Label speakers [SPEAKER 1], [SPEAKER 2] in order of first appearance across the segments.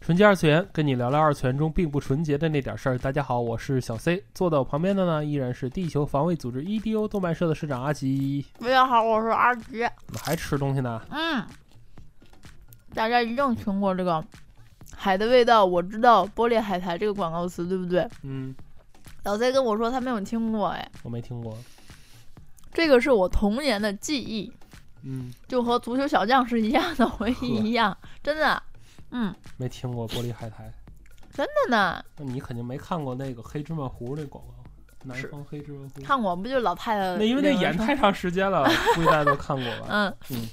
[SPEAKER 1] 纯洁二次元，跟你聊聊二次元中并不纯洁的那点事儿。大家好，我是小 C，坐在我旁边的呢依然是地球防卫组织 EDO 动漫社的社长阿吉。
[SPEAKER 2] 大家好，我是阿吉。
[SPEAKER 1] 怎么还吃东西呢？
[SPEAKER 2] 嗯，大家一定听过这个“海的味道”，我知道“玻璃海苔”这个广告词，对不对？
[SPEAKER 1] 嗯，
[SPEAKER 2] 老 C 跟我说他没有听过，哎，
[SPEAKER 1] 我没听过。
[SPEAKER 2] 这个是我童年的记忆，
[SPEAKER 1] 嗯，
[SPEAKER 2] 就和足球小将是一样的回忆一 样，真的，嗯，
[SPEAKER 1] 没听过玻璃海苔。
[SPEAKER 2] 真的呢。
[SPEAKER 1] 那你肯定没看过那个黑芝麻糊那广告，南方黑芝麻糊。
[SPEAKER 2] 看我不就老太太
[SPEAKER 1] 那因为那演太长时间了，估计大家都看过吧。
[SPEAKER 2] 嗯，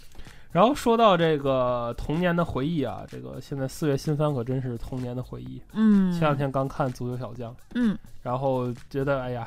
[SPEAKER 1] 然后说到这个童年的回忆啊，这个现在四月新番可真是童年的回忆。
[SPEAKER 2] 嗯，
[SPEAKER 1] 前两天刚看《足球小将》。
[SPEAKER 2] 嗯，
[SPEAKER 1] 然后觉得哎呀，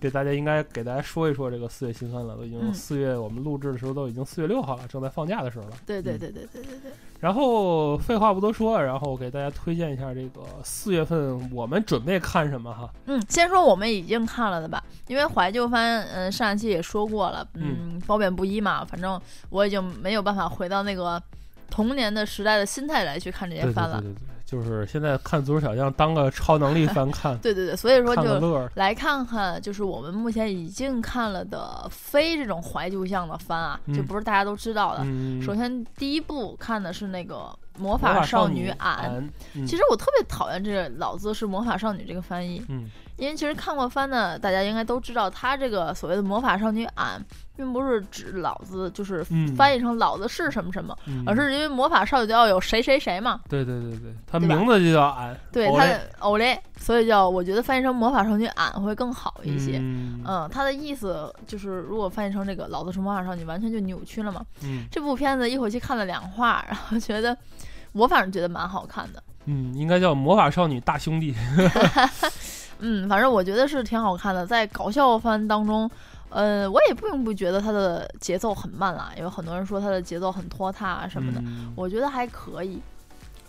[SPEAKER 1] 给大家应该给大家说一说这个四月新番了，都已经
[SPEAKER 2] 嗯
[SPEAKER 1] 四月、我们录制的时候都已经四月六号了，正在放假的时候了。
[SPEAKER 2] 对对对对对对对，
[SPEAKER 1] 然后废话不多说，然后给大家推荐一下这个四月份我们准备看什么哈。
[SPEAKER 2] 嗯，先说我们已经看了的吧，因为怀旧番，嗯、上一期也说过了，嗯，褒贬不一嘛，反正我已经没有办法回到那个童年的时代的心态来去看这些
[SPEAKER 1] 对对
[SPEAKER 2] 番了，
[SPEAKER 1] 对，对对，就是现在看《足球小将》当个超能力番看
[SPEAKER 2] 对对对，所以说
[SPEAKER 1] 看个
[SPEAKER 2] 就
[SPEAKER 1] 乐儿。
[SPEAKER 2] 来看看，就是我们目前已经看了的非这种怀旧向的番啊，
[SPEAKER 1] 嗯
[SPEAKER 2] 就不是大家都知道的。
[SPEAKER 1] 嗯，
[SPEAKER 2] 首先第一部看的是那个《魔
[SPEAKER 1] 魔
[SPEAKER 2] 法
[SPEAKER 1] 法
[SPEAKER 2] 少
[SPEAKER 1] 女
[SPEAKER 2] 俺》，
[SPEAKER 1] 俺，嗯
[SPEAKER 2] 其实我特别讨厌这“老字是魔法少女”这个翻译，
[SPEAKER 1] 嗯
[SPEAKER 2] 因为其实看过番的大家应该都知道，她这个所谓的魔法少女俺，并不是指老子，就是
[SPEAKER 1] 嗯
[SPEAKER 2] 翻译成老子是什么什么，
[SPEAKER 1] 嗯
[SPEAKER 2] 而是因为魔法少女就要有谁谁谁嘛，
[SPEAKER 1] 对对对对，他
[SPEAKER 2] 对吧
[SPEAKER 1] 名字就叫俺，
[SPEAKER 2] 对
[SPEAKER 1] 偶
[SPEAKER 2] 她
[SPEAKER 1] 然
[SPEAKER 2] 的偶嘞，所以叫我觉得翻译成魔法少女俺会更好一些。嗯
[SPEAKER 1] 嗯
[SPEAKER 2] 她的意思就是，如果翻译成这个“老子是魔法少女”，完全就扭曲了嘛。
[SPEAKER 1] 嗯
[SPEAKER 2] 这部片子一口气看了两话，然后觉得，我反正觉得蛮好看的。
[SPEAKER 1] 嗯，应该叫魔法少女大兄弟。
[SPEAKER 2] 嗯，反正我觉得是挺好看的，在搞笑番当中，呃，我也并不觉得它的节奏很慢啦，有很多人说它的节奏很拖沓啊什么的，
[SPEAKER 1] 嗯
[SPEAKER 2] 我觉得还可以，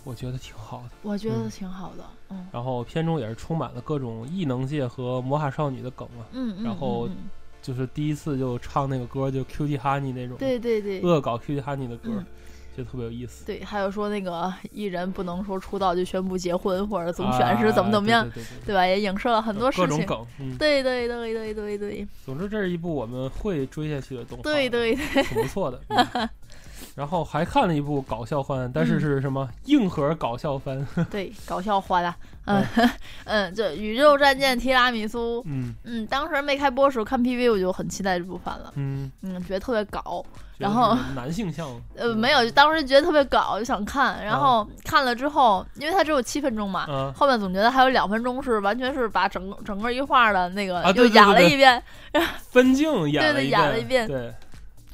[SPEAKER 1] 我觉得挺好的。
[SPEAKER 2] 我觉得
[SPEAKER 1] 嗯
[SPEAKER 2] 挺好的，嗯
[SPEAKER 1] 然后片中也是充满了各种异能界和魔法少女的梗啊，
[SPEAKER 2] 嗯嗯，
[SPEAKER 1] 然后
[SPEAKER 2] 嗯嗯
[SPEAKER 1] 就是第一次就唱那个歌，就 Q T 哈尼那种，
[SPEAKER 2] 对对对
[SPEAKER 1] 恶搞 Q T 哈尼的歌
[SPEAKER 2] 嗯，
[SPEAKER 1] 就特别有意思。
[SPEAKER 2] 对，还有说那个艺人不能说出道就宣布结婚或者怎么选是怎么
[SPEAKER 1] 啊
[SPEAKER 2] 怎么样，
[SPEAKER 1] 对对对
[SPEAKER 2] 对吧？也影射了很
[SPEAKER 1] 对
[SPEAKER 2] 多事
[SPEAKER 1] 各
[SPEAKER 2] 情
[SPEAKER 1] 种。梗。啊嗯，
[SPEAKER 2] 对对对对对对
[SPEAKER 1] 总之这是一部我们会追下去的动画，
[SPEAKER 2] 对，对对，
[SPEAKER 1] 挺不错的。嗯然后还看了一部搞笑番，但是
[SPEAKER 2] 嗯
[SPEAKER 1] 是什么硬核搞笑番？
[SPEAKER 2] 对，搞笑花啦，嗯 嗯，这宇宙战舰提拉米苏，
[SPEAKER 1] 嗯
[SPEAKER 2] 嗯，当时没开播时候看 PV 我就很期待这部番了，
[SPEAKER 1] 嗯，
[SPEAKER 2] 嗯，觉得特别搞，
[SPEAKER 1] 觉得
[SPEAKER 2] 然后
[SPEAKER 1] 是男性向
[SPEAKER 2] 呃，没有，就当时觉得特别搞，就想看，然
[SPEAKER 1] 啊
[SPEAKER 2] 后看了之后，因为它只有七分钟嘛，
[SPEAKER 1] 啊，
[SPEAKER 2] 后面总觉得还有两分钟是完全是把整个整个一画的那个
[SPEAKER 1] 啊
[SPEAKER 2] 又
[SPEAKER 1] 对对
[SPEAKER 2] 演
[SPEAKER 1] 对
[SPEAKER 2] 了
[SPEAKER 1] 对
[SPEAKER 2] 一遍，
[SPEAKER 1] 分镜演
[SPEAKER 2] 对
[SPEAKER 1] 了
[SPEAKER 2] 对
[SPEAKER 1] 一
[SPEAKER 2] 演了一遍
[SPEAKER 1] 对，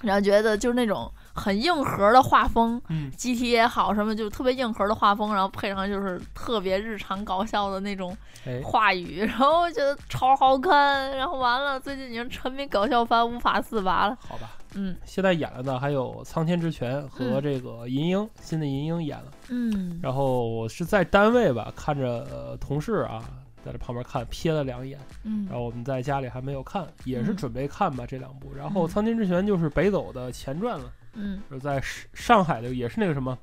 [SPEAKER 2] 然后觉得就是那种很硬核的画风。
[SPEAKER 1] 嗯
[SPEAKER 2] GT 也好，什么就特别硬核的画风，然后配上就是特别日常搞笑的那种
[SPEAKER 1] 哎，
[SPEAKER 2] 话语，然后我觉得超好看。然后完了，最近已经沉迷搞笑番无法自拔了。
[SPEAKER 1] 好吧，
[SPEAKER 2] 嗯
[SPEAKER 1] 现在演了的还有《苍天之拳》和
[SPEAKER 2] 嗯
[SPEAKER 1] 这个银鹰，新的银鹰演了。
[SPEAKER 2] 嗯
[SPEAKER 1] 然后我是在单位吧，看着、呃同事啊，在这旁边看，瞥了两眼。
[SPEAKER 2] 嗯
[SPEAKER 1] 然后我们在家里还没有看，也是
[SPEAKER 2] 嗯
[SPEAKER 1] 准备看吧、这两部。然后
[SPEAKER 2] 嗯
[SPEAKER 1] 《苍天之拳》就是北斗的前传了，
[SPEAKER 2] 嗯，
[SPEAKER 1] 就是在上上海的，也是那个什么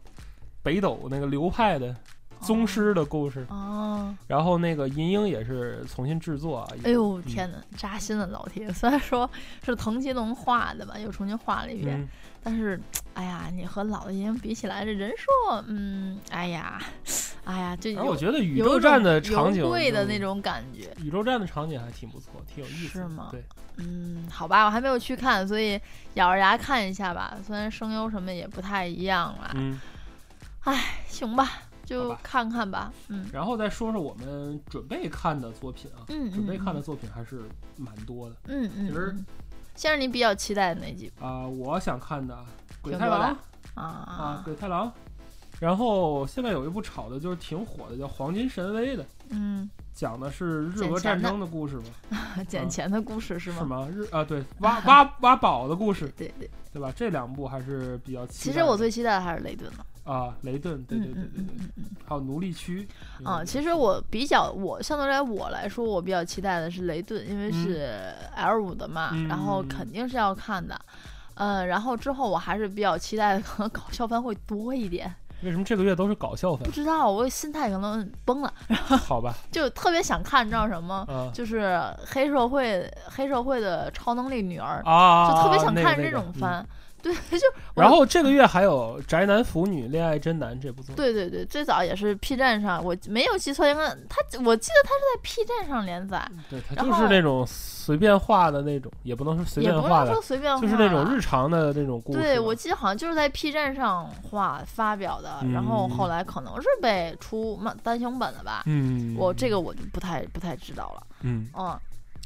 [SPEAKER 1] 北斗那个流派的宗师的故事。
[SPEAKER 2] 哦，
[SPEAKER 1] 然后那个银鹰也是重新制作啊。
[SPEAKER 2] 哎呦
[SPEAKER 1] 嗯
[SPEAKER 2] 天哪，扎心了老铁！ 虽然说是藤崎龙画的吧，又重新画了一遍，
[SPEAKER 1] 嗯，
[SPEAKER 2] 但是哎呀，你和老的银比起来，这人设，嗯，哎呀，哎呀，这
[SPEAKER 1] 然后我
[SPEAKER 2] 有
[SPEAKER 1] 觉得宇
[SPEAKER 2] 有
[SPEAKER 1] 宙
[SPEAKER 2] 一
[SPEAKER 1] 站
[SPEAKER 2] 种
[SPEAKER 1] 的场景
[SPEAKER 2] 油贵的
[SPEAKER 1] 就
[SPEAKER 2] 那种感觉。
[SPEAKER 1] 宇宙站的场景还挺不错，挺有意思的。
[SPEAKER 2] 是吗
[SPEAKER 1] 对，
[SPEAKER 2] 嗯，好吧，我还没有去看，所以咬着牙看一下吧。虽然声优什么也不太一样啦，
[SPEAKER 1] 嗯，
[SPEAKER 2] 行吧，就
[SPEAKER 1] 好吧
[SPEAKER 2] 看看吧。嗯
[SPEAKER 1] 然后再说说我们准备看的作品啊，
[SPEAKER 2] 嗯，
[SPEAKER 1] 准备看的
[SPEAKER 2] 的，
[SPEAKER 1] 作品还是蛮多的
[SPEAKER 2] 嗯嗯
[SPEAKER 1] 其实
[SPEAKER 2] 嗯。先是你比较期待的那几部
[SPEAKER 1] 啊、我想看的《鬼
[SPEAKER 2] 挺
[SPEAKER 1] 太
[SPEAKER 2] 多的
[SPEAKER 1] 郎》
[SPEAKER 2] 啊
[SPEAKER 1] 啊，《鬼太郎》然后现在有一部炒的就是挺火的，叫《黄金神威》的，
[SPEAKER 2] 嗯，
[SPEAKER 1] 讲的是日
[SPEAKER 2] 捡
[SPEAKER 1] 俄
[SPEAKER 2] 钱
[SPEAKER 1] 战
[SPEAKER 2] 的
[SPEAKER 1] 争的故事嘛，
[SPEAKER 2] 捡钱的故嗯事是吗？
[SPEAKER 1] 是吗？日啊，对，挖挖 挖宝的故事，
[SPEAKER 2] 对对，
[SPEAKER 1] 对吧？这两部还是比较期
[SPEAKER 2] 其
[SPEAKER 1] 待的。
[SPEAKER 2] 实我最期待的还是雷顿嘛。
[SPEAKER 1] 啊，雷顿，对对对
[SPEAKER 2] 嗯
[SPEAKER 1] 对
[SPEAKER 2] 嗯
[SPEAKER 1] 对，
[SPEAKER 2] 嗯嗯
[SPEAKER 1] 还有奴隶区
[SPEAKER 2] 嗯。啊，其实我比较，我相对来我来说，我比较期待的是雷顿，因为是 L 五的嘛，
[SPEAKER 1] 嗯
[SPEAKER 2] 然后肯定是要看的。嗯，然后之后我还是比较期待的，可能搞笑番会多一点。
[SPEAKER 1] 为什么这个月都是搞笑番
[SPEAKER 2] 不？知道，我心态可能崩了，
[SPEAKER 1] 好 吧，
[SPEAKER 2] 就特别想看，你知道什么？
[SPEAKER 1] 啊
[SPEAKER 2] 就是黑社会黑社会的超能力女儿，
[SPEAKER 1] 啊，
[SPEAKER 2] 就特别想
[SPEAKER 1] 那个
[SPEAKER 2] 看
[SPEAKER 1] 那
[SPEAKER 2] 这
[SPEAKER 1] 个
[SPEAKER 2] 种
[SPEAKER 1] 嗯
[SPEAKER 2] 番。对，就我
[SPEAKER 1] 然后这个月还有《宅男腐女恋爱真男》这部作品，
[SPEAKER 2] 对对对，最早也是 P 站上，我没有记错，应该他我记得他是在 P 站上连载，
[SPEAKER 1] 对，它
[SPEAKER 2] 然
[SPEAKER 1] 就是
[SPEAKER 2] 后
[SPEAKER 1] 那种随便画的那种，也不能说随
[SPEAKER 2] 也
[SPEAKER 1] 便
[SPEAKER 2] 不
[SPEAKER 1] 画
[SPEAKER 2] 能
[SPEAKER 1] 的
[SPEAKER 2] 说，随便画，
[SPEAKER 1] 就是那种日。常的那种故事。
[SPEAKER 2] 对，我记得好像就是在 P 站上画发表的，然后
[SPEAKER 1] 嗯
[SPEAKER 2] 后来可能是被出漫单行本了吧，
[SPEAKER 1] 嗯，
[SPEAKER 2] 我这个我就不太不太知道了。
[SPEAKER 1] 嗯，
[SPEAKER 2] 嗯，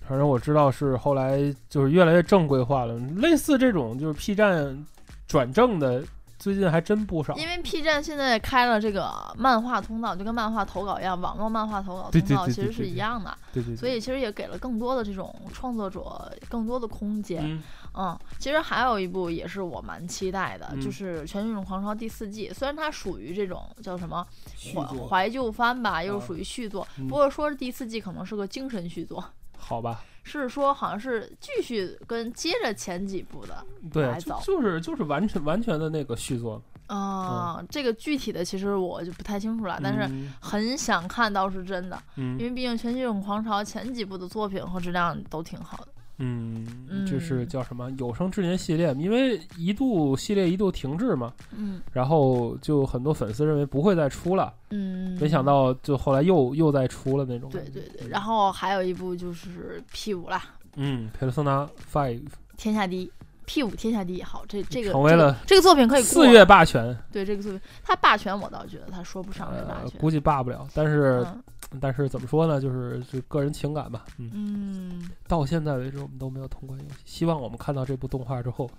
[SPEAKER 1] 反正我知道是后来就是越来越正规化了，类似这种就是 P 站转正的，最近还真不少。
[SPEAKER 2] 因为 P 站现在开了这个漫画通道，就跟漫画投稿一样，网络漫画投稿
[SPEAKER 1] 对
[SPEAKER 2] 通
[SPEAKER 1] 对
[SPEAKER 2] 道
[SPEAKER 1] 对
[SPEAKER 2] 其
[SPEAKER 1] 对
[SPEAKER 2] 实是
[SPEAKER 1] 对
[SPEAKER 2] 一
[SPEAKER 1] 对
[SPEAKER 2] 样的，
[SPEAKER 1] 对对对，
[SPEAKER 2] 所以其实也给了更多的这种创作者更多的空间。
[SPEAKER 1] 嗯
[SPEAKER 2] 嗯，其实还有一部也是我蛮期待的，
[SPEAKER 1] 嗯
[SPEAKER 2] 就是《全军种狂潮》第四季。虽然它属于这种叫什么
[SPEAKER 1] 续
[SPEAKER 2] 怀
[SPEAKER 1] 作
[SPEAKER 2] 怀旧番吧，又
[SPEAKER 1] 啊
[SPEAKER 2] 是属于续作，
[SPEAKER 1] 嗯
[SPEAKER 2] 不过说是第四季可能是个精神续作，
[SPEAKER 1] 好吧，
[SPEAKER 2] 是说好像是继续跟接着前几部的嗯
[SPEAKER 1] 对，
[SPEAKER 2] 还
[SPEAKER 1] 就
[SPEAKER 2] 早
[SPEAKER 1] 就是就是完全完全的那个续作，
[SPEAKER 2] 啊、这个具体的其实我就不太清楚了，啊但是
[SPEAKER 1] 哦嗯
[SPEAKER 2] 很想看到是真的，
[SPEAKER 1] 嗯
[SPEAKER 2] 因为毕竟《全军种狂潮》前几部的作品和质量都挺好的。
[SPEAKER 1] 嗯，
[SPEAKER 2] 嗯
[SPEAKER 1] 就是叫什么有生之年系列，因为一度系列一度停滞嘛，
[SPEAKER 2] 嗯
[SPEAKER 1] 然后就很多粉丝认为不会再出了，
[SPEAKER 2] 嗯，
[SPEAKER 1] 没想到嗯就后来又又再出了那种感
[SPEAKER 2] 对
[SPEAKER 1] 觉。
[SPEAKER 2] 对对，然后还有一部就是 P 五啦，
[SPEAKER 1] 嗯，Persona Five
[SPEAKER 2] 天下第一，P 五天下第一。好，这这个
[SPEAKER 1] 成为了
[SPEAKER 2] 这个、这个作品可以过
[SPEAKER 1] 四月霸权，
[SPEAKER 2] 对这个作品，他霸权我倒觉得他说不上是霸
[SPEAKER 1] 呃，
[SPEAKER 2] 权。
[SPEAKER 1] 估计霸不了，但是
[SPEAKER 2] 嗯
[SPEAKER 1] 但是怎么说呢，就是就个人情感吧，嗯，
[SPEAKER 2] 嗯，
[SPEAKER 1] 到现在为止我们都没有通关游戏，希望我们看到这部动画之后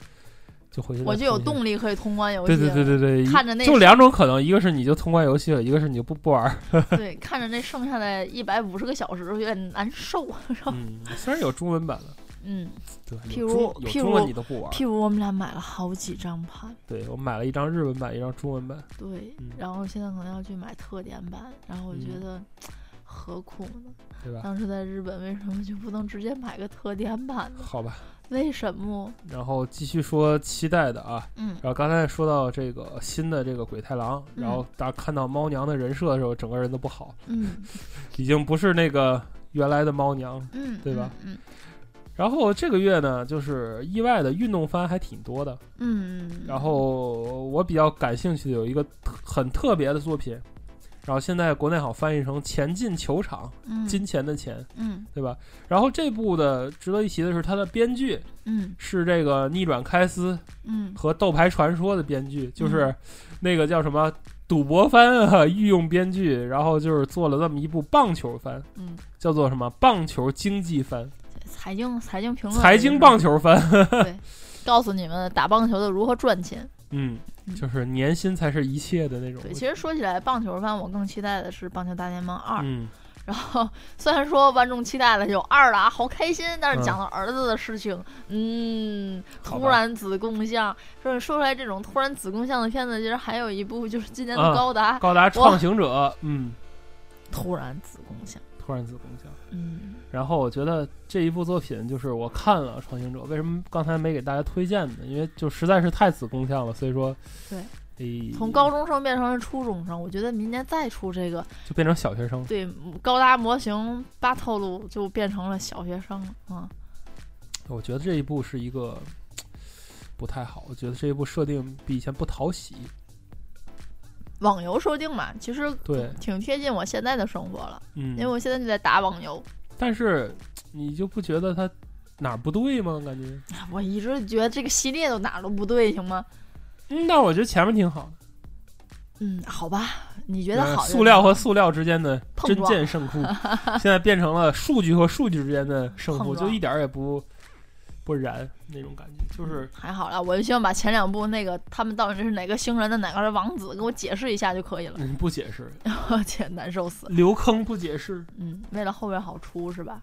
[SPEAKER 1] 就回去再
[SPEAKER 2] 我就有
[SPEAKER 1] 通一下
[SPEAKER 2] 动力可以通关游戏
[SPEAKER 1] 对
[SPEAKER 2] 了。
[SPEAKER 1] 对对对对，
[SPEAKER 2] 看着那
[SPEAKER 1] 就两种可能，一个是你就通关游戏了，一个是你就不不玩儿。
[SPEAKER 2] 对看着那剩下的一百五十个小时有点难受。
[SPEAKER 1] 嗯，虽然有中文版了，
[SPEAKER 2] 嗯
[SPEAKER 1] 对，
[SPEAKER 2] 哦譬
[SPEAKER 1] 有
[SPEAKER 2] 如
[SPEAKER 1] 中有
[SPEAKER 2] 譬
[SPEAKER 1] 中文
[SPEAKER 2] 如
[SPEAKER 1] 你都不玩儿。
[SPEAKER 2] ，P 五我们俩买了好几张盘，
[SPEAKER 1] 对我买了一张日文版，一张中文版。
[SPEAKER 2] 对，
[SPEAKER 1] 嗯
[SPEAKER 2] 然后现在可能要去买特点版，然后我觉
[SPEAKER 1] 嗯
[SPEAKER 2] 得。何苦呢？
[SPEAKER 1] 对吧？
[SPEAKER 2] 当时在日本为什么就不能直接买个特点版呢？
[SPEAKER 1] 好吧，
[SPEAKER 2] 为什么？
[SPEAKER 1] 然后继续说期待的啊。
[SPEAKER 2] 嗯，
[SPEAKER 1] 然后刚才说到这个新的这个鬼太郎，然后大家看到猫娘的人设的时候，整个人都不好，
[SPEAKER 2] 嗯
[SPEAKER 1] 已经不是那个原来的猫娘。
[SPEAKER 2] 嗯，
[SPEAKER 1] 对吧
[SPEAKER 2] 嗯？
[SPEAKER 1] 然后这个月呢，就是意外的运动番还挺多的。
[SPEAKER 2] 嗯嗯，
[SPEAKER 1] 然后我比较感兴趣的有一个特很特别的作品，然后现在国内好翻译成《前进球场》，
[SPEAKER 2] 嗯
[SPEAKER 1] 金钱的钱，
[SPEAKER 2] 嗯
[SPEAKER 1] 对吧？然后这部的值得一提的是，它的编剧
[SPEAKER 2] 嗯
[SPEAKER 1] 是这个《逆转开司》
[SPEAKER 2] 嗯
[SPEAKER 1] 和《斗牌传说》的编剧，就是那个叫什么赌博番啊，御用编剧，然后就是做了这么一部棒球番，
[SPEAKER 2] 嗯，
[SPEAKER 1] 叫做什么棒球经济番、
[SPEAKER 2] 财经财经评论，
[SPEAKER 1] 财经棒，球番。
[SPEAKER 2] 对，告诉你们打棒球的如何赚钱。
[SPEAKER 1] 嗯，就是年薪才是一切的那种。
[SPEAKER 2] 对，其实说起来棒球番，我更期待的是《棒球大联盟二》。
[SPEAKER 1] 嗯，
[SPEAKER 2] 然后虽然说万众期待了有二了啊，好开心，
[SPEAKER 1] 嗯
[SPEAKER 2] 但是讲了儿子的事情，嗯，
[SPEAKER 1] 好吧
[SPEAKER 2] 突然子贡像，说说出来这种突然子贡像的片子，其实还有一部就是今年的
[SPEAKER 1] 嗯
[SPEAKER 2] 《高达》，
[SPEAKER 1] 高达创行者，嗯，
[SPEAKER 2] 突然子贡像，
[SPEAKER 1] 突然子宫腔。
[SPEAKER 2] 嗯
[SPEAKER 1] 然后我觉得这一部作品就是我看了《创行者》，为什么刚才没给大家推荐呢？因为就实在是太子宫腔了，所以说，
[SPEAKER 2] 对
[SPEAKER 1] 诶，
[SPEAKER 2] 从高中生变成了初中生，我觉得明年再出这个，
[SPEAKER 1] 就变成小学生了。
[SPEAKER 2] 对高达模型八透露就变成了小学生了啊。
[SPEAKER 1] 我觉得这一部是一个不太好，我觉得这一部设定比以前不讨喜。
[SPEAKER 2] 网游设定嘛，其实
[SPEAKER 1] 对，
[SPEAKER 2] 挺贴近我现在的生活了，
[SPEAKER 1] 嗯，
[SPEAKER 2] 因为我现在就在打网游。
[SPEAKER 1] 但是你就不觉得它哪儿不对吗？感觉？
[SPEAKER 2] 我一直觉得这个系列都哪儿都不对，行吗？
[SPEAKER 1] 嗯，但我觉得前面挺好的。
[SPEAKER 2] 嗯，好吧，你觉得
[SPEAKER 1] 呃
[SPEAKER 2] 好就行？
[SPEAKER 1] 塑料和塑料之间的
[SPEAKER 2] 碰
[SPEAKER 1] 真
[SPEAKER 2] 撞
[SPEAKER 1] 剑胜负，现在变成了数据和数据之间的胜
[SPEAKER 2] 碰
[SPEAKER 1] 负，就
[SPEAKER 2] 撞
[SPEAKER 1] 一点儿也不不燃那种感觉，就是
[SPEAKER 2] 嗯还好啦，我就希望把前两部那个他们到底是哪个星人的哪个是王子给我解释一下就可以了。
[SPEAKER 1] 嗯不解释，
[SPEAKER 2] 我 天，难受死了。
[SPEAKER 1] 留坑不解释。
[SPEAKER 2] 嗯，为了后边好出是吧？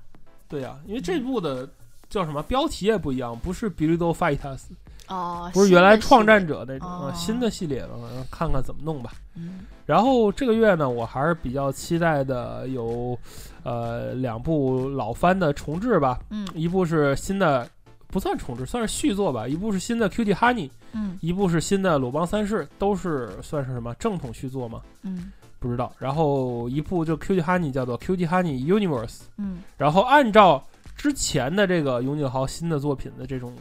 [SPEAKER 1] 对呀、因为
[SPEAKER 2] 嗯
[SPEAKER 1] 这部的叫什么标题也不一样，不是《b i l i d o Fight Us》，
[SPEAKER 2] 哦，
[SPEAKER 1] 不是原来《创战
[SPEAKER 2] 者。
[SPEAKER 1] 者》那种啊，
[SPEAKER 2] 哦
[SPEAKER 1] 新的系列了，反正看看怎么弄吧。
[SPEAKER 2] 嗯
[SPEAKER 1] 然后这个月呢，我还是比较期待的有，呃，两部老番的重置吧，
[SPEAKER 2] 嗯
[SPEAKER 1] 一部是新的，不算重置，算是续作吧，一部是新的《Q T Honey》，
[SPEAKER 2] 嗯
[SPEAKER 1] 一部是新的《鲁邦三世》，都是算是什么正统续作吗？
[SPEAKER 2] 嗯
[SPEAKER 1] 不知道。然后一部就《Q T Honey》叫做《Q T Honey Universe》，
[SPEAKER 2] 嗯
[SPEAKER 1] 然后按照之前的这个永井豪新的作品的这种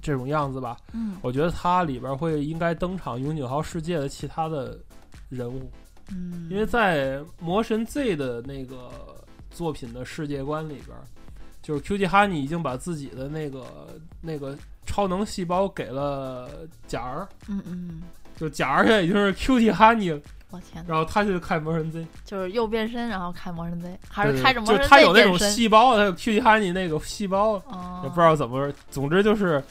[SPEAKER 1] 这种样子吧，
[SPEAKER 2] 嗯
[SPEAKER 1] 我觉得它里边会应该登场永井豪世界的其他的人物，
[SPEAKER 2] 嗯，
[SPEAKER 1] 因为在《魔神 Z》的那个作品的世界观里边儿，就是 QG 哈尼已经把自己的那个那个超能细胞给了贾儿，
[SPEAKER 2] 嗯嗯，
[SPEAKER 1] 就贾儿现在已经是 QG 哈尼了，
[SPEAKER 2] 我天哪，
[SPEAKER 1] 然后他就开魔神 Z，
[SPEAKER 2] 就是又变身，然后开魔神 Z，还
[SPEAKER 1] 对
[SPEAKER 2] 是
[SPEAKER 1] 对
[SPEAKER 2] 开着魔
[SPEAKER 1] 就
[SPEAKER 2] 神 Z
[SPEAKER 1] 他有那种
[SPEAKER 2] 变身
[SPEAKER 1] 细胞，他有 QG 哈尼那个细胞，
[SPEAKER 2] 哦，
[SPEAKER 1] 也不知道怎么回事，总之就是，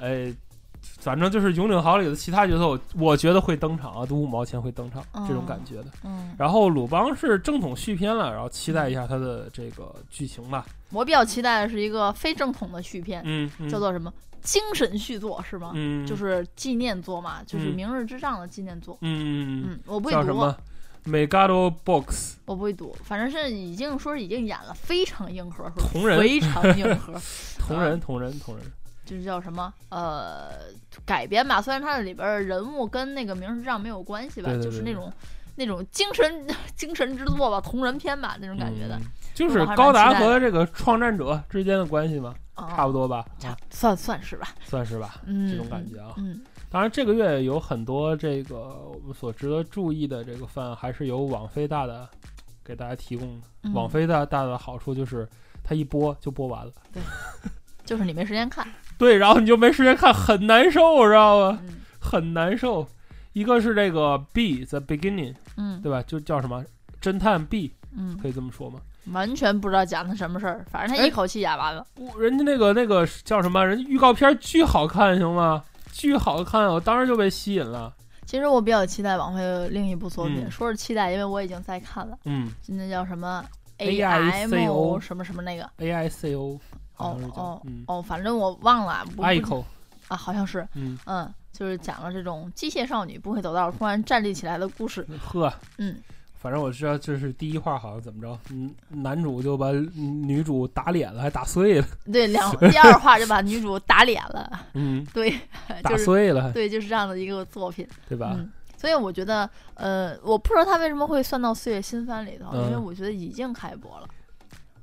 [SPEAKER 1] 哎。反正就是《永井豪》里的其他角色，我我觉得会登场啊，都五毛钱会登场
[SPEAKER 2] 哦
[SPEAKER 1] 这种感觉的。
[SPEAKER 2] 嗯，
[SPEAKER 1] 然后鲁邦是正统续篇了，然后期待一下它的这个剧情吧。
[SPEAKER 2] 我比较期待的是一个非正统的续片，
[SPEAKER 1] 嗯，嗯
[SPEAKER 2] 叫做什么精神续作是吗？
[SPEAKER 1] 嗯，
[SPEAKER 2] 就是纪念作嘛，就是
[SPEAKER 1] 嗯
[SPEAKER 2] 明日之上的纪念作。
[SPEAKER 1] 嗯，
[SPEAKER 2] 嗯，我不
[SPEAKER 1] 叫
[SPEAKER 2] 会
[SPEAKER 1] 什
[SPEAKER 2] 读，
[SPEAKER 1] 么 Megado Box
[SPEAKER 2] 我不会读，反正是已经说是已经演了，非常硬核，说
[SPEAKER 1] 同人
[SPEAKER 2] 非常硬核，
[SPEAKER 1] 同
[SPEAKER 2] 啊
[SPEAKER 1] 人同人同人，
[SPEAKER 2] 就是叫什么呃改编吧。虽然它的里边儿人物跟那个明日之上没有关系吧，
[SPEAKER 1] 对对
[SPEAKER 2] 就是
[SPEAKER 1] 对
[SPEAKER 2] 那种那种精神精神之作吧，同人片吧那种感觉的
[SPEAKER 1] 嗯。就是
[SPEAKER 2] 我还蛮
[SPEAKER 1] 高达
[SPEAKER 2] 期待的
[SPEAKER 1] 和这个创战者之间的关系嘛，差
[SPEAKER 2] 啊，
[SPEAKER 1] 不多吧，
[SPEAKER 2] 差
[SPEAKER 1] 啊，
[SPEAKER 2] 算算是吧，
[SPEAKER 1] 算是吧。
[SPEAKER 2] 嗯，
[SPEAKER 1] 这种感觉啊
[SPEAKER 2] 嗯
[SPEAKER 1] 当然，这个月有很多这个我们所值得注意的这个番，还是由网飞大的给大家提供的。
[SPEAKER 2] 嗯，
[SPEAKER 1] 网飞大大的好处就是，它一播就播完了，
[SPEAKER 2] 就是你没时间看，
[SPEAKER 1] 对，然后你就没时间看，很难受，知道吗？
[SPEAKER 2] 嗯
[SPEAKER 1] 很难受。一个是这个 B the beginning，
[SPEAKER 2] 嗯
[SPEAKER 1] 对吧？就叫什么侦探 B，
[SPEAKER 2] 嗯，
[SPEAKER 1] 可以这么说吗？
[SPEAKER 2] 完全不知道讲的什么事儿，反正他一
[SPEAKER 1] 哎
[SPEAKER 2] 口气演完了。
[SPEAKER 1] 我人家那个那个叫什么？人家预告片巨好看，行吗？巨好看，我当时就被吸引了。
[SPEAKER 2] 其实我比较期待网飞的另一部作品，
[SPEAKER 1] 嗯
[SPEAKER 2] 说是期待，因为我已经在看了，
[SPEAKER 1] 嗯
[SPEAKER 2] 就那叫什么
[SPEAKER 1] AICO
[SPEAKER 2] AIM 什么什么那个，
[SPEAKER 1] ，A I C O，好像是叫、
[SPEAKER 2] 哦
[SPEAKER 1] 嗯
[SPEAKER 2] 哦，反正我忘了，不
[SPEAKER 1] ，I
[SPEAKER 2] 不
[SPEAKER 1] C O，
[SPEAKER 2] 啊，好像是，
[SPEAKER 1] 嗯，
[SPEAKER 2] 嗯，就是讲了这种机械少女不会走道突然站立起来的故事，
[SPEAKER 1] 呵，
[SPEAKER 2] 嗯，
[SPEAKER 1] 反正我知道这是第一话，好像怎么着，嗯，男主就把女主打脸了，还打碎了，
[SPEAKER 2] 对， 两第二话就把女主打脸了，
[SPEAKER 1] 嗯，
[SPEAKER 2] 对，
[SPEAKER 1] 打
[SPEAKER 2] 就是
[SPEAKER 1] 碎了，
[SPEAKER 2] 对，就是这样的一个作品，
[SPEAKER 1] 对吧？
[SPEAKER 2] 嗯，所以我觉得，呃，我不知道他为什么会算到四月新番里头，因为
[SPEAKER 1] 嗯
[SPEAKER 2] 我觉得已经开播了。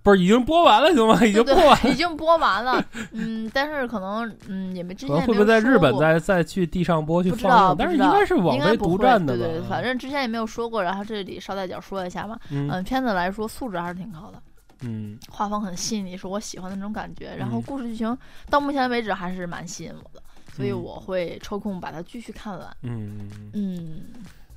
[SPEAKER 1] 不是已经播完了，行吗？已经
[SPEAKER 2] 对
[SPEAKER 1] 播
[SPEAKER 2] 对，
[SPEAKER 1] 完了。
[SPEAKER 2] 已经播完了。嗯，但是可能嗯也没之
[SPEAKER 1] 可能
[SPEAKER 2] 前也
[SPEAKER 1] 会不
[SPEAKER 2] 没有
[SPEAKER 1] 会在日
[SPEAKER 2] 说
[SPEAKER 1] 本
[SPEAKER 2] 过
[SPEAKER 1] 再再去地上播去
[SPEAKER 2] 不知
[SPEAKER 1] 放
[SPEAKER 2] 道
[SPEAKER 1] 映？，
[SPEAKER 2] 不
[SPEAKER 1] 但是
[SPEAKER 2] 知道
[SPEAKER 1] 该是网
[SPEAKER 2] 应该
[SPEAKER 1] 飞
[SPEAKER 2] 不
[SPEAKER 1] 独
[SPEAKER 2] 会
[SPEAKER 1] 占的吧？
[SPEAKER 2] 对对，反正之前也没有说过，然后这里捎带脚说一下吧。
[SPEAKER 1] 嗯
[SPEAKER 2] 嗯，片子来说素质还是挺高的，
[SPEAKER 1] 嗯
[SPEAKER 2] 画风很细腻，是我喜欢的那种感觉。然后
[SPEAKER 1] 嗯
[SPEAKER 2] 故事剧情到目前为止还是蛮吸引我的，所以
[SPEAKER 1] 嗯
[SPEAKER 2] 我会抽空把它继续看完。
[SPEAKER 1] 嗯。
[SPEAKER 2] 嗯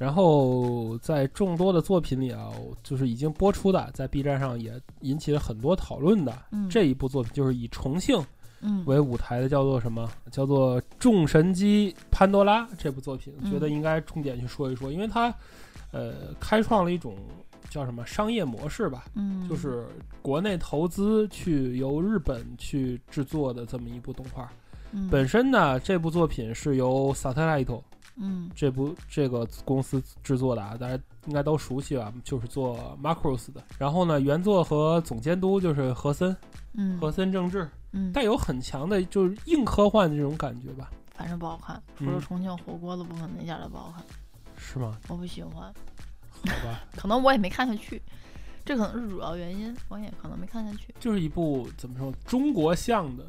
[SPEAKER 1] 然后在众多的作品里啊，就是已经播出的，在 B 站上也引起了很多讨论的、
[SPEAKER 2] 嗯，
[SPEAKER 1] 这一部作品，就是以重庆
[SPEAKER 2] 嗯
[SPEAKER 1] 为舞台的，叫做什么？叫做《众神机潘多拉》这部作品，
[SPEAKER 2] 嗯
[SPEAKER 1] 觉得应该重点去说一说，因为它呃开创了一种叫什么商业模式吧。
[SPEAKER 2] 嗯
[SPEAKER 1] 就是国内投资去由日本去制作的这么一部动画。
[SPEAKER 2] 嗯
[SPEAKER 1] 本身呢，这部作品是由 Satellite
[SPEAKER 2] 嗯
[SPEAKER 1] 这部这个公司制作的啊，大家应该都熟悉吧，就是做 Macross 的。然后呢，原作和总监督就是和森，
[SPEAKER 2] 嗯
[SPEAKER 1] 和森正治，
[SPEAKER 2] 嗯，
[SPEAKER 1] 带有很强的就是硬科幻的这种感觉吧？
[SPEAKER 2] 反正不好看，除
[SPEAKER 1] 嗯
[SPEAKER 2] 了重庆火锅的部分，那一点儿都不好看，
[SPEAKER 1] 是 吗？
[SPEAKER 2] 我不喜欢。
[SPEAKER 1] 好吧，
[SPEAKER 2] 可能我也没看下去，这可能是主要原因，我也可能没看下去。
[SPEAKER 1] 就是一部怎么说中国向的，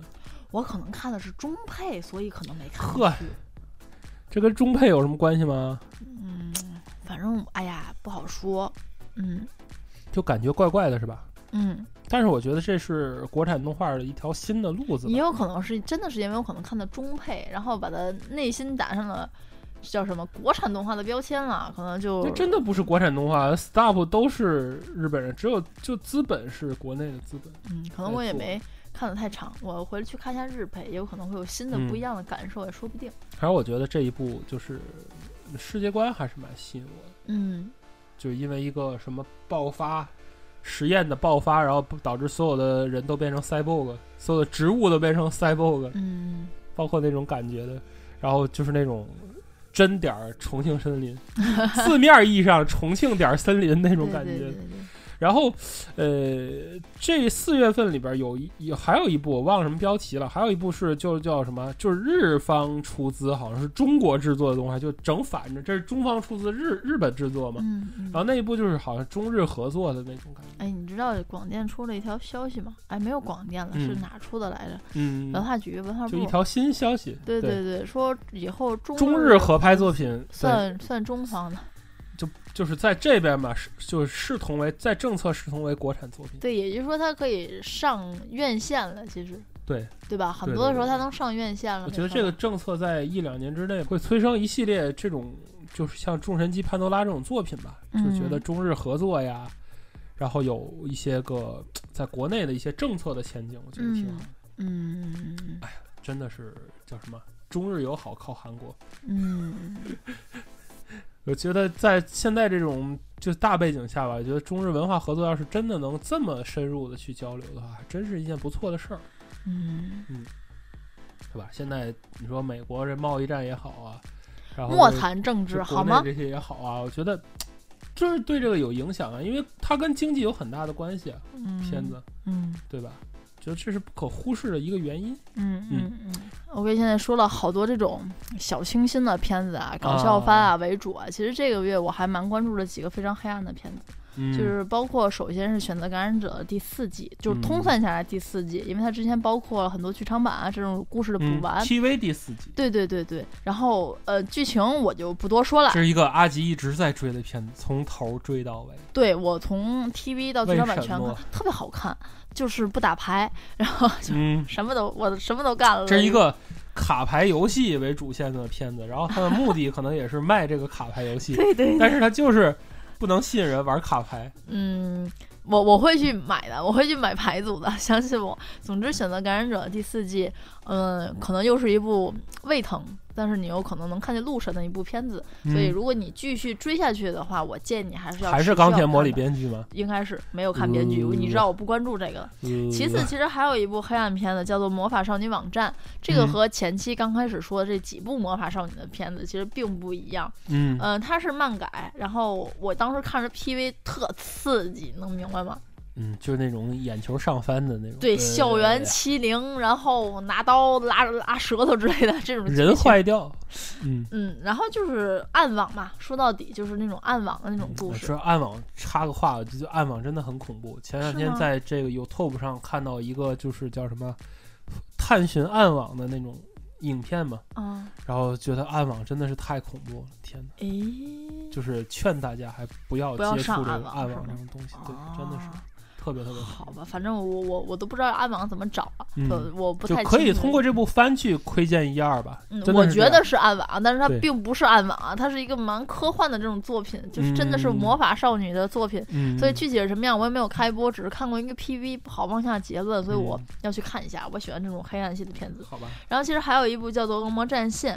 [SPEAKER 2] 我可能看的是中配，所以可能没看下去。
[SPEAKER 1] 这跟中配有什么关系吗？
[SPEAKER 2] 嗯，反正哎呀不好说。嗯
[SPEAKER 1] 就感觉怪怪的，是吧？
[SPEAKER 2] 嗯，
[SPEAKER 1] 但是我觉得这是国产动画的一条新的路子吧
[SPEAKER 2] 也。有可能是真的是因为我可能看的中配，然后把它内心打上了叫什么国产动画的标签了，可能就
[SPEAKER 1] 那真的不是国产动画，STOP 都是日本人，只有就资本是国内的资本。
[SPEAKER 2] 嗯，可能我也没看的太长，我回去看一下日配，也有可能会有新的
[SPEAKER 1] 嗯
[SPEAKER 2] 不一样的感受，也说不定。
[SPEAKER 1] 反正我觉得这一部就是世界观还是蛮吸引我的，
[SPEAKER 2] 嗯，
[SPEAKER 1] 就是因为一个什么爆发实验的爆发，然后导致所有的人都变成 cyborg，所有的植物都变成 cyborg，
[SPEAKER 2] 嗯，
[SPEAKER 1] 包括那种感觉的，然后就是那种真点儿重庆森林， 字面意义上重庆点儿森林那
[SPEAKER 2] 这
[SPEAKER 1] 种感觉。
[SPEAKER 2] 对对对对
[SPEAKER 1] 然后，呃，这四月份里边有一有还有一部我忘了什么标题了，还有一部是就叫什么，就是日方出资，好像是中国制作的东西，就整反着，这是中方出资，日日本制作嘛。
[SPEAKER 2] 嗯嗯
[SPEAKER 1] 然后那一部就是好像中日合作的那种感觉，
[SPEAKER 2] 哎，你知道广电出了一条消息吗？哎，没有广电了，是
[SPEAKER 1] 嗯
[SPEAKER 2] 哪出的来着？
[SPEAKER 1] 嗯
[SPEAKER 2] 文，化局、文化
[SPEAKER 1] 就一
[SPEAKER 2] 部。
[SPEAKER 1] 条新消息，
[SPEAKER 2] 啊对
[SPEAKER 1] 对，
[SPEAKER 2] 对，说以后中
[SPEAKER 1] 中日合拍作品，对，
[SPEAKER 2] 算算中方的，
[SPEAKER 1] 就是在这边嘛，是就是视同为在政策视同为国产作品，
[SPEAKER 2] 对，也就是说它可以上院线了，其实
[SPEAKER 1] 对。
[SPEAKER 2] 对吧？很
[SPEAKER 1] 对
[SPEAKER 2] 多的
[SPEAKER 1] 对
[SPEAKER 2] 时候
[SPEAKER 1] 对
[SPEAKER 2] 它能上院线了。
[SPEAKER 1] 我觉得
[SPEAKER 2] 没错
[SPEAKER 1] 这个政策在一两年之内会催生一系列这种，就是像《众神机潘多拉》这种作品吧，
[SPEAKER 2] 嗯
[SPEAKER 1] 就觉得中日合作呀，然后有一些个在国内的一些政策的前景，我觉得挺好的。
[SPEAKER 2] 嗯嗯嗯
[SPEAKER 1] 真的是叫什么？中日友好靠韩国。
[SPEAKER 2] 嗯嗯
[SPEAKER 1] 我觉得在现在这种就大背景下吧，我觉得中日文化合作要是真的能这么深入的去交流的话，还真是一件不错的事儿，
[SPEAKER 2] 嗯，
[SPEAKER 1] 对吧？现在你说美国这贸易战也好啊，然后
[SPEAKER 2] 莫
[SPEAKER 1] 这
[SPEAKER 2] 谈政治
[SPEAKER 1] 就
[SPEAKER 2] 好
[SPEAKER 1] 国内
[SPEAKER 2] 吗？
[SPEAKER 1] 这些也好啊，我觉得就是对这个有影响啊，因为它跟经济有很大的关系啊，
[SPEAKER 2] 嗯
[SPEAKER 1] 片子、
[SPEAKER 2] 嗯
[SPEAKER 1] 对吧？觉得这是不可忽视的一个原因。
[SPEAKER 2] 嗯嗯嗯。OK，现在说了好多这种小清新的片子啊，搞
[SPEAKER 1] 啊
[SPEAKER 2] 笑番啊为主啊。其实这个月我还蛮关注了几个非常黑暗的片子，
[SPEAKER 1] 嗯
[SPEAKER 2] 就是包括首先是《选择感染者》第四季，就是
[SPEAKER 1] 嗯
[SPEAKER 2] 通算下来第四季，因为它之前包括了很多剧场版啊这种故事的补
[SPEAKER 1] 嗯
[SPEAKER 2] 完。
[SPEAKER 1] TV 第四 季，
[SPEAKER 2] 对对对对，然后呃，剧情我就不多说了
[SPEAKER 1] 这。是一个阿吉一直在追的片子，从头追到尾。
[SPEAKER 2] 对我从 TV 到剧场版
[SPEAKER 1] 为什
[SPEAKER 2] 全看
[SPEAKER 1] 么，
[SPEAKER 2] 特别好看，就是不打牌，然后就
[SPEAKER 1] 嗯，
[SPEAKER 2] 什么都我什么都干了。
[SPEAKER 1] 这是一个卡牌游戏为主线的片子，然后它的目的可能也是卖这个卡牌游戏，
[SPEAKER 2] 对对，
[SPEAKER 1] 但是它就是不能吸引人玩卡牌。
[SPEAKER 2] 嗯，我我会去买的，我会去买牌组的， 相信我。总之，《选择感染者》第四季，嗯，可能又是一部胃疼，但是你有可能能看见路神的一部片子。所以，
[SPEAKER 1] 嗯
[SPEAKER 2] 如果你继续追下去的话，我建议你还是要
[SPEAKER 1] 还
[SPEAKER 2] 持
[SPEAKER 1] 是
[SPEAKER 2] 续
[SPEAKER 1] 钢
[SPEAKER 2] 要
[SPEAKER 1] 铁魔
[SPEAKER 2] 看
[SPEAKER 1] 里嗯
[SPEAKER 2] 的。
[SPEAKER 1] 编剧吗？
[SPEAKER 2] 应该是没有看编剧，你知道我不关注这个的。其次，
[SPEAKER 1] 呃
[SPEAKER 2] 其实还有一部黑暗片子叫做《魔法少女网站》，这个
[SPEAKER 1] 嗯
[SPEAKER 2] 和前期刚开始说的这几部魔法少女的片子其实并不一样。
[SPEAKER 1] 嗯，
[SPEAKER 2] 嗯、它是漫改，然后我当时看着 PV 特刺激，能明白吗？
[SPEAKER 1] 嗯，就是那种眼球上翻的那种。
[SPEAKER 2] 对，校园
[SPEAKER 1] 对
[SPEAKER 2] 欺凌，然后拿刀拉拉舌头之类的这种剧
[SPEAKER 1] 人
[SPEAKER 2] 情。
[SPEAKER 1] 坏掉，嗯，
[SPEAKER 2] 嗯，然后就是暗网嘛，说到底就是那种暗网的那种
[SPEAKER 1] 嗯
[SPEAKER 2] 故
[SPEAKER 1] 我
[SPEAKER 2] 事。
[SPEAKER 1] 说暗网插个话，我就觉得暗网真的很恐怖。前两
[SPEAKER 2] 是
[SPEAKER 1] 天
[SPEAKER 2] 吗
[SPEAKER 1] 在这个 YouTube 上看到一个就是叫什么探寻暗网的那种影片嘛，
[SPEAKER 2] 嗯，
[SPEAKER 1] 然后觉得暗网真的是太恐怖了，天哪！
[SPEAKER 2] 诶，
[SPEAKER 1] 就是劝大家还不要
[SPEAKER 2] 不要
[SPEAKER 1] 接
[SPEAKER 2] 上
[SPEAKER 1] 触这
[SPEAKER 2] 暗
[SPEAKER 1] 种
[SPEAKER 2] 网
[SPEAKER 1] 暗
[SPEAKER 2] 是
[SPEAKER 1] 网这
[SPEAKER 2] 吗
[SPEAKER 1] 种东西，对，真的是
[SPEAKER 2] 啊
[SPEAKER 1] 特别特别恐
[SPEAKER 2] 好吧，反正我我我都不知道暗网怎么找啊，
[SPEAKER 1] 嗯
[SPEAKER 2] 呃我不
[SPEAKER 1] 怖。就
[SPEAKER 2] 太
[SPEAKER 1] 可以
[SPEAKER 2] 清楚
[SPEAKER 1] 通过这部番剧窥见一二吧，
[SPEAKER 2] 嗯，
[SPEAKER 1] 真的
[SPEAKER 2] 我
[SPEAKER 1] 是这
[SPEAKER 2] 觉
[SPEAKER 1] 样
[SPEAKER 2] 得是暗网，但是它
[SPEAKER 1] 对
[SPEAKER 2] 并不是暗网啊，它是一个蛮科幻的这种作品，就是真的是
[SPEAKER 1] 嗯
[SPEAKER 2] 魔法少女的作品。
[SPEAKER 1] 嗯，
[SPEAKER 2] 所以具体是什么样我也没有开播，只是看过一个 PV，不好妄下结论，所以我
[SPEAKER 1] 嗯
[SPEAKER 2] 要去看一下。我喜欢这种黑暗系的片子。
[SPEAKER 1] 好吧，
[SPEAKER 2] 然后其实还有一部叫做《恶魔战线》，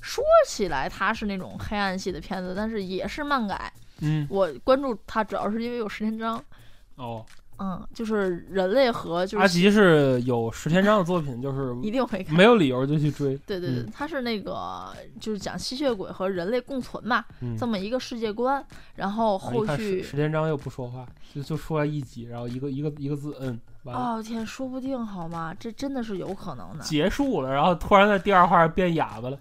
[SPEAKER 2] 说起来它是那种黑暗系的片子，但是也是漫改。
[SPEAKER 1] 嗯，
[SPEAKER 2] 我关注它主要是因为有石田章，
[SPEAKER 1] 哦，
[SPEAKER 2] 嗯，就是人类和就
[SPEAKER 1] 阿
[SPEAKER 2] 是
[SPEAKER 1] 吉是有石田章的作品，就是
[SPEAKER 2] 一定会看。
[SPEAKER 1] 没有理由就去追，
[SPEAKER 2] 对对对
[SPEAKER 1] 嗯，
[SPEAKER 2] 它是那个就是讲吸血鬼和人类共存嘛，
[SPEAKER 1] 嗯
[SPEAKER 2] 这么一个世界观。然后
[SPEAKER 1] 啊
[SPEAKER 2] 后
[SPEAKER 1] 一看
[SPEAKER 2] 续
[SPEAKER 1] 石，石田章又不说话，就就说了一集，然后一个一个一个字，嗯，完了、
[SPEAKER 2] 哦天，说不定好吗？这真的是有可能的，
[SPEAKER 1] 结束了，然后突然在第二话变哑巴了，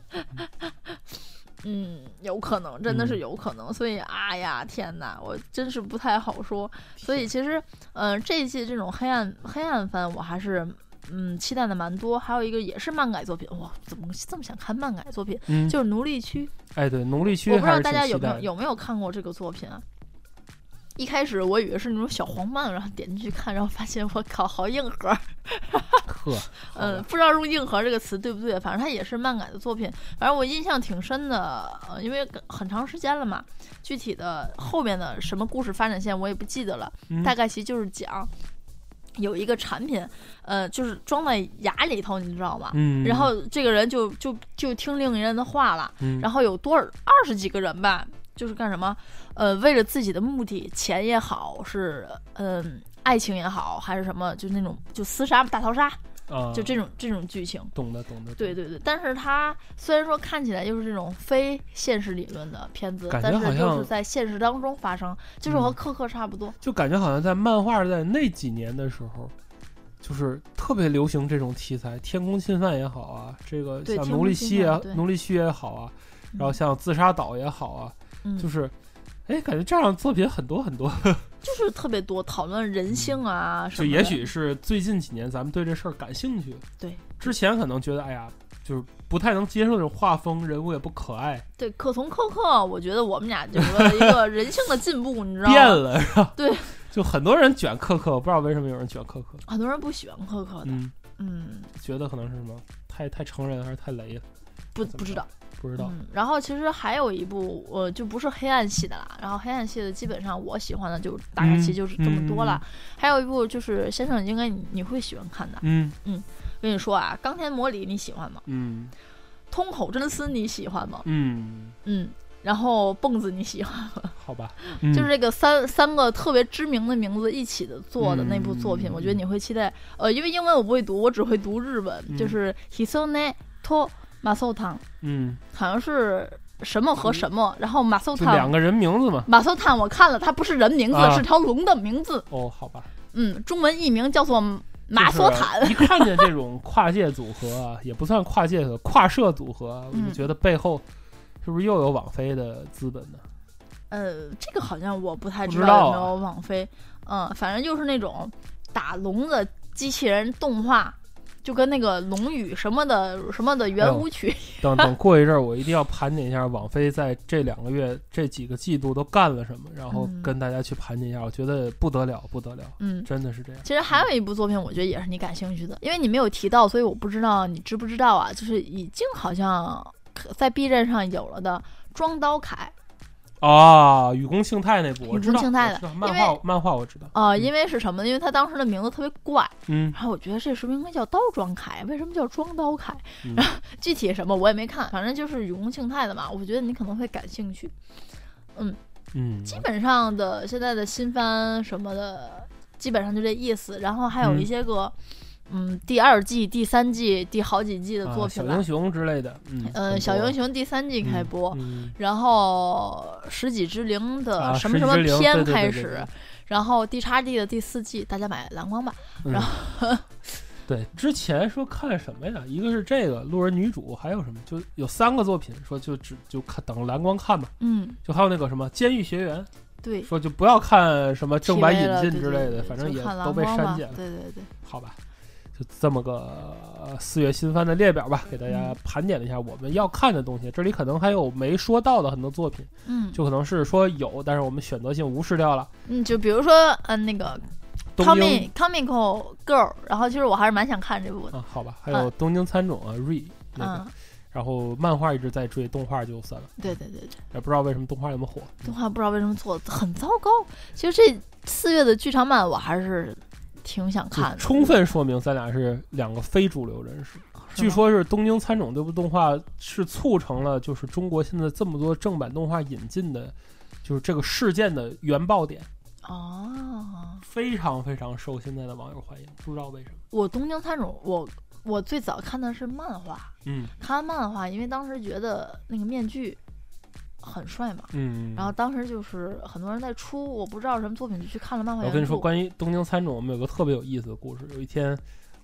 [SPEAKER 2] 嗯，有可能，真的
[SPEAKER 1] 嗯
[SPEAKER 2] 是有可能。所以，哎呀，天哪，我真是不太好说。所以其实，嗯、这一季这种黑暗黑暗番，我还是。嗯，期待的蛮多，还有一个也是漫改作品，哇，怎么这么想看漫改作品？
[SPEAKER 1] 嗯，
[SPEAKER 2] 就是《奴隶区》，
[SPEAKER 1] 哎对，奴隶区
[SPEAKER 2] 我不知
[SPEAKER 1] 还
[SPEAKER 2] 道
[SPEAKER 1] 是
[SPEAKER 2] 大
[SPEAKER 1] 挺
[SPEAKER 2] 家
[SPEAKER 1] 期
[SPEAKER 2] 有没
[SPEAKER 1] 待
[SPEAKER 2] 有
[SPEAKER 1] 的，
[SPEAKER 2] 有没有看过这个作品啊？一开始我以为是那种小黄漫，然后点进去看，然后发现我靠，好硬核。
[SPEAKER 1] 呵，好
[SPEAKER 2] 嗯，
[SPEAKER 1] 吧，
[SPEAKER 2] 不知道用“硬核”这个词对不对，反正它也是漫改的作品。反正我印象挺深的，呃，因为很长时间了嘛，具体的后面的什么故事发展线我也不记得了，
[SPEAKER 1] 嗯
[SPEAKER 2] 大概其实就是讲。有一个产品，呃，就是装在牙里头，你知道吗？
[SPEAKER 1] 嗯，
[SPEAKER 2] 然后这个人就就就听另一人的话了，
[SPEAKER 1] 嗯，
[SPEAKER 2] 然后有多少二十几个人吧，就是干什么？呃，为了自己的目的，钱也好，是嗯、爱情也好，还是什么，就那种就厮杀大逃杀，
[SPEAKER 1] 啊，
[SPEAKER 2] 就这种这种剧情。
[SPEAKER 1] 懂的懂的，
[SPEAKER 2] 对对对，但是它虽然说看起来就是这种非现实理论的片子，
[SPEAKER 1] 感觉
[SPEAKER 2] 但
[SPEAKER 1] 好
[SPEAKER 2] 是
[SPEAKER 1] 像嗯
[SPEAKER 2] 就是在现实当中发生，就是和苛刻差不多。
[SPEAKER 1] 就感觉好像在漫画在那几年的时候，就是特别流行这种题材，天空侵犯也好啊，这个
[SPEAKER 2] 对
[SPEAKER 1] 像
[SPEAKER 2] 天
[SPEAKER 1] 奴
[SPEAKER 2] 空
[SPEAKER 1] 隶
[SPEAKER 2] 侵
[SPEAKER 1] 西也啊
[SPEAKER 2] 犯对
[SPEAKER 1] 奴隶区也好啊，
[SPEAKER 2] 嗯
[SPEAKER 1] 然后像自杀岛也好啊，
[SPEAKER 2] 嗯，
[SPEAKER 1] 就是，哎，感觉这样的作品很多很多。
[SPEAKER 2] 就是特别多讨论人性啊
[SPEAKER 1] 嗯
[SPEAKER 2] 什
[SPEAKER 1] 就
[SPEAKER 2] 么的。
[SPEAKER 1] 也许是最近几年咱们对这事儿感兴趣，
[SPEAKER 2] 对，
[SPEAKER 1] 之前可能觉得哎呀，就是不太能接受这种画风，人物也不可爱，
[SPEAKER 2] 对可从苛刻，我觉得我们俩有了一个人性的进步，你知道
[SPEAKER 1] 变
[SPEAKER 2] 吗？
[SPEAKER 1] 了是吧？
[SPEAKER 2] 对，
[SPEAKER 1] 就很多人卷克克，我不知道为什么有人卷克克，
[SPEAKER 2] 很多人不喜欢苛刻的，
[SPEAKER 1] 嗯，
[SPEAKER 2] 嗯，
[SPEAKER 1] 觉得可能是什么太太成人还是太雷了，
[SPEAKER 2] 不
[SPEAKER 1] 怎么
[SPEAKER 2] 不知道。
[SPEAKER 1] 不知道。
[SPEAKER 2] 嗯，然后其实还有一部，呃，就不是黑暗系的啦。然后黑暗系的基本上我喜欢的就大概
[SPEAKER 1] 嗯
[SPEAKER 2] 其实就是这么多了。
[SPEAKER 1] 嗯
[SPEAKER 2] 还有一部就是先生应该你你会喜欢看的。
[SPEAKER 1] 嗯
[SPEAKER 2] 跟你说啊，钢铁魔里你喜欢吗？
[SPEAKER 1] 嗯
[SPEAKER 2] 通口真司你喜欢吗？
[SPEAKER 1] 嗯，
[SPEAKER 2] 嗯，然后蹦子你喜欢，
[SPEAKER 1] 好吧，
[SPEAKER 2] 就是这个三三个特别知名的名字一起的做的那部作品，
[SPEAKER 1] 嗯
[SPEAKER 2] 我觉得你会期待。呃，因为英文我不会读，我只会读日文，
[SPEAKER 1] 嗯
[SPEAKER 2] 就是 Hisone To Masotan，
[SPEAKER 1] 嗯，
[SPEAKER 2] 好像是什么和什么，然后马寿
[SPEAKER 1] 就
[SPEAKER 2] 汤。
[SPEAKER 1] 嗯两个人名字嘛。
[SPEAKER 2] 马寿坦我看了，它不是人名字，
[SPEAKER 1] 啊
[SPEAKER 2] 是条龙的名字。
[SPEAKER 1] 哦，好吧，
[SPEAKER 2] 嗯，中文译名叫做马索坦。
[SPEAKER 1] 就是啊一看见这种跨界组合啊， 也不算跨界的跨社组合啊，我
[SPEAKER 2] 嗯
[SPEAKER 1] 就觉得背后是不是又有网飞的资本 呢？
[SPEAKER 2] 呃，这个好像我不太
[SPEAKER 1] 不
[SPEAKER 2] 知
[SPEAKER 1] 知道
[SPEAKER 2] 道有没
[SPEAKER 1] 啊
[SPEAKER 2] 有网飞。嗯，反正就是那种打龙的机器人动画，就跟那个《龙语》什么的什么的
[SPEAKER 1] 哦
[SPEAKER 2] 圆舞曲。
[SPEAKER 1] 等等过一阵儿，我一定要盘点一下网飞在这两个月、这几个季度都干了什么，然后
[SPEAKER 2] 嗯
[SPEAKER 1] 跟大家去盘点一下。我觉得不得了，不得了，
[SPEAKER 2] 嗯，
[SPEAKER 1] 真的是这样。
[SPEAKER 2] 其实还有一部作品，我觉得也是你感兴趣的，因为你没有提到，所以我不知道你知不知道啊。就是已经好像在 B 站上有了的《装刀凯》。
[SPEAKER 1] 啊，雨宫幸太那部我知道，
[SPEAKER 2] 雨宫幸太的
[SPEAKER 1] 我知道漫
[SPEAKER 2] 因
[SPEAKER 1] 画
[SPEAKER 2] 为
[SPEAKER 1] 漫画我知道。
[SPEAKER 2] 呃，
[SPEAKER 1] 嗯
[SPEAKER 2] 因为是什么呢？因为他当时的名字特别怪。
[SPEAKER 1] 嗯，
[SPEAKER 2] 然后我觉得这是不是应该叫刀庄凯？为什么叫装刀凯？
[SPEAKER 1] 嗯
[SPEAKER 2] 然后具体什么我也没看，反正就是永宫庆太的嘛。我觉得你可能会感兴趣。
[SPEAKER 1] 嗯，
[SPEAKER 2] 基本上的现在的新番什么的，基本上就这意思。然后还有
[SPEAKER 1] 嗯
[SPEAKER 2] 一些个，嗯第二季、第三季、第好几季的作品
[SPEAKER 1] 啊、
[SPEAKER 2] 吧。
[SPEAKER 1] 小英雄之类的，嗯，
[SPEAKER 2] 呃，小英
[SPEAKER 1] 雄
[SPEAKER 2] 雄第三季开播，
[SPEAKER 1] 嗯
[SPEAKER 2] 然后十几之灵
[SPEAKER 1] 啊
[SPEAKER 2] 的呃什么什么
[SPEAKER 1] 十几之灵对
[SPEAKER 2] 篇
[SPEAKER 1] 对对
[SPEAKER 2] 开
[SPEAKER 1] 对
[SPEAKER 2] 始
[SPEAKER 1] 对，
[SPEAKER 2] 然后 D 叉 D 的第四季，大家买蓝光吧。
[SPEAKER 1] 嗯
[SPEAKER 2] 然
[SPEAKER 1] 对，之前说看什么呀？一个是这个《路人女主》，还有什么？就有三个作品，说就只就看等蓝光看吧。
[SPEAKER 2] 嗯，
[SPEAKER 1] 就还有那个什么《监狱学员》，
[SPEAKER 2] 对。
[SPEAKER 1] 说就不要看什么正版引
[SPEAKER 2] 体味了
[SPEAKER 1] 进
[SPEAKER 2] 对
[SPEAKER 1] 之
[SPEAKER 2] 对
[SPEAKER 1] 类
[SPEAKER 2] 对
[SPEAKER 1] 的，
[SPEAKER 2] 对
[SPEAKER 1] 反正
[SPEAKER 2] 就
[SPEAKER 1] 也
[SPEAKER 2] 看蓝
[SPEAKER 1] 都被
[SPEAKER 2] 光
[SPEAKER 1] 删
[SPEAKER 2] 嘛
[SPEAKER 1] 减了，
[SPEAKER 2] 对对对，
[SPEAKER 1] 好吧？就这么个呃四月新番的列表吧，给大家
[SPEAKER 2] 嗯
[SPEAKER 1] 盘点了一下我们要看的东西。这里可能还有没说到的很多作品，
[SPEAKER 2] 嗯，
[SPEAKER 1] 就可能是说有，但是我们选择性无视掉了。
[SPEAKER 2] 嗯，就比如说，嗯，那个
[SPEAKER 1] 东京
[SPEAKER 2] Comic Comical Girl，然后其实我还是蛮想看这部的，
[SPEAKER 1] 啊，好吧，还有东京参种啊，Re 那个，
[SPEAKER 2] 呃嗯，
[SPEAKER 1] 然后漫画一直在追，动画就算了，
[SPEAKER 2] 对对对对，
[SPEAKER 1] 也不知道为什么动画那么火。
[SPEAKER 2] 动画不知道为什么做的很糟糕。其实这四月的剧场版我还是挺想
[SPEAKER 1] 就
[SPEAKER 2] 看的，
[SPEAKER 1] 充分说明咱俩是两个非主流人士。
[SPEAKER 2] 是
[SPEAKER 1] 据
[SPEAKER 2] 吗
[SPEAKER 1] 说是东京参种这部动画是促成了就是中国现在这么多正版动画引进的，就是这个事件的原爆点，
[SPEAKER 2] 哦，
[SPEAKER 1] 非常非常受现在的网友欢迎，不知道为什么。
[SPEAKER 2] 我东京参种，我我最早看的是漫画，
[SPEAKER 1] 嗯
[SPEAKER 2] 看漫画，因为当时觉得那个面具很帅嘛。
[SPEAKER 1] 嗯，
[SPEAKER 2] 然后当时就是很多人在出，我不知道什么作品，就去看了漫画
[SPEAKER 1] 我
[SPEAKER 2] 原著。
[SPEAKER 1] 跟你说，关于东京参种，我们有个特别有意思的故事。有一天，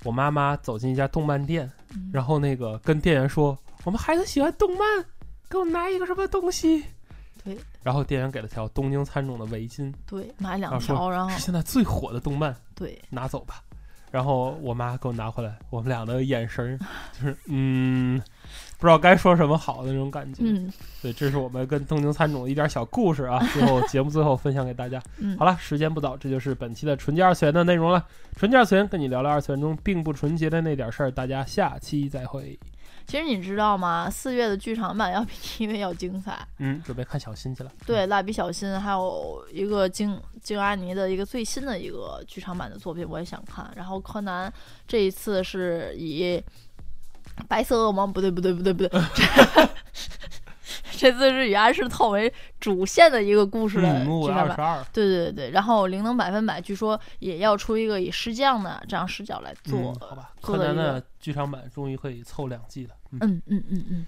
[SPEAKER 1] 我妈妈走进一家动漫店，
[SPEAKER 2] 嗯
[SPEAKER 1] 然后那个跟店员说：“我们孩子喜欢动漫，给我拿一个什么东西。”
[SPEAKER 2] 对。
[SPEAKER 1] 然后店员给了条东京参种的围巾，
[SPEAKER 2] 对买
[SPEAKER 1] 然
[SPEAKER 2] 两
[SPEAKER 1] 后啊说
[SPEAKER 2] 条，然后
[SPEAKER 1] 是现在最火的动漫，
[SPEAKER 2] 对，
[SPEAKER 1] 拿走吧。然后我妈给我拿回来，我们俩的眼神 儿就是嗯，不知道该说什么好的那种感觉。
[SPEAKER 2] 嗯
[SPEAKER 1] 对，这是我们跟东京参种的一点小故事啊，最后节目最后分享给大家。
[SPEAKER 2] 嗯，
[SPEAKER 1] 好了，时间不早，这就是本期的纯洁二次元的内容了。纯洁二次元跟你聊聊二次元中并不纯洁的那点事儿，大家下期再会。
[SPEAKER 2] 其实你知道吗？四月的剧场版要比音乐要精彩。
[SPEAKER 1] 嗯，准备看小新去了。
[SPEAKER 2] 对，蜡笔小新还有一个京京阿尼的一个最新的一个剧场版的作品，我也想看。然后柯南这一次是以白色恶魔不对不对不对不 对，这次是以安室透为主线的一个故事的
[SPEAKER 1] 嗯，木
[SPEAKER 2] 剧
[SPEAKER 1] 二
[SPEAKER 2] 场
[SPEAKER 1] 十
[SPEAKER 2] 版。
[SPEAKER 1] 二，
[SPEAKER 2] 对对对，然后灵能百分百据说也要出一个以石匠的这样视角来做
[SPEAKER 1] 嗯，好吧，
[SPEAKER 2] 做
[SPEAKER 1] 柯南
[SPEAKER 2] 了一个
[SPEAKER 1] 的剧场版终于可以凑两季了。嗯，
[SPEAKER 2] 嗯嗯嗯嗯，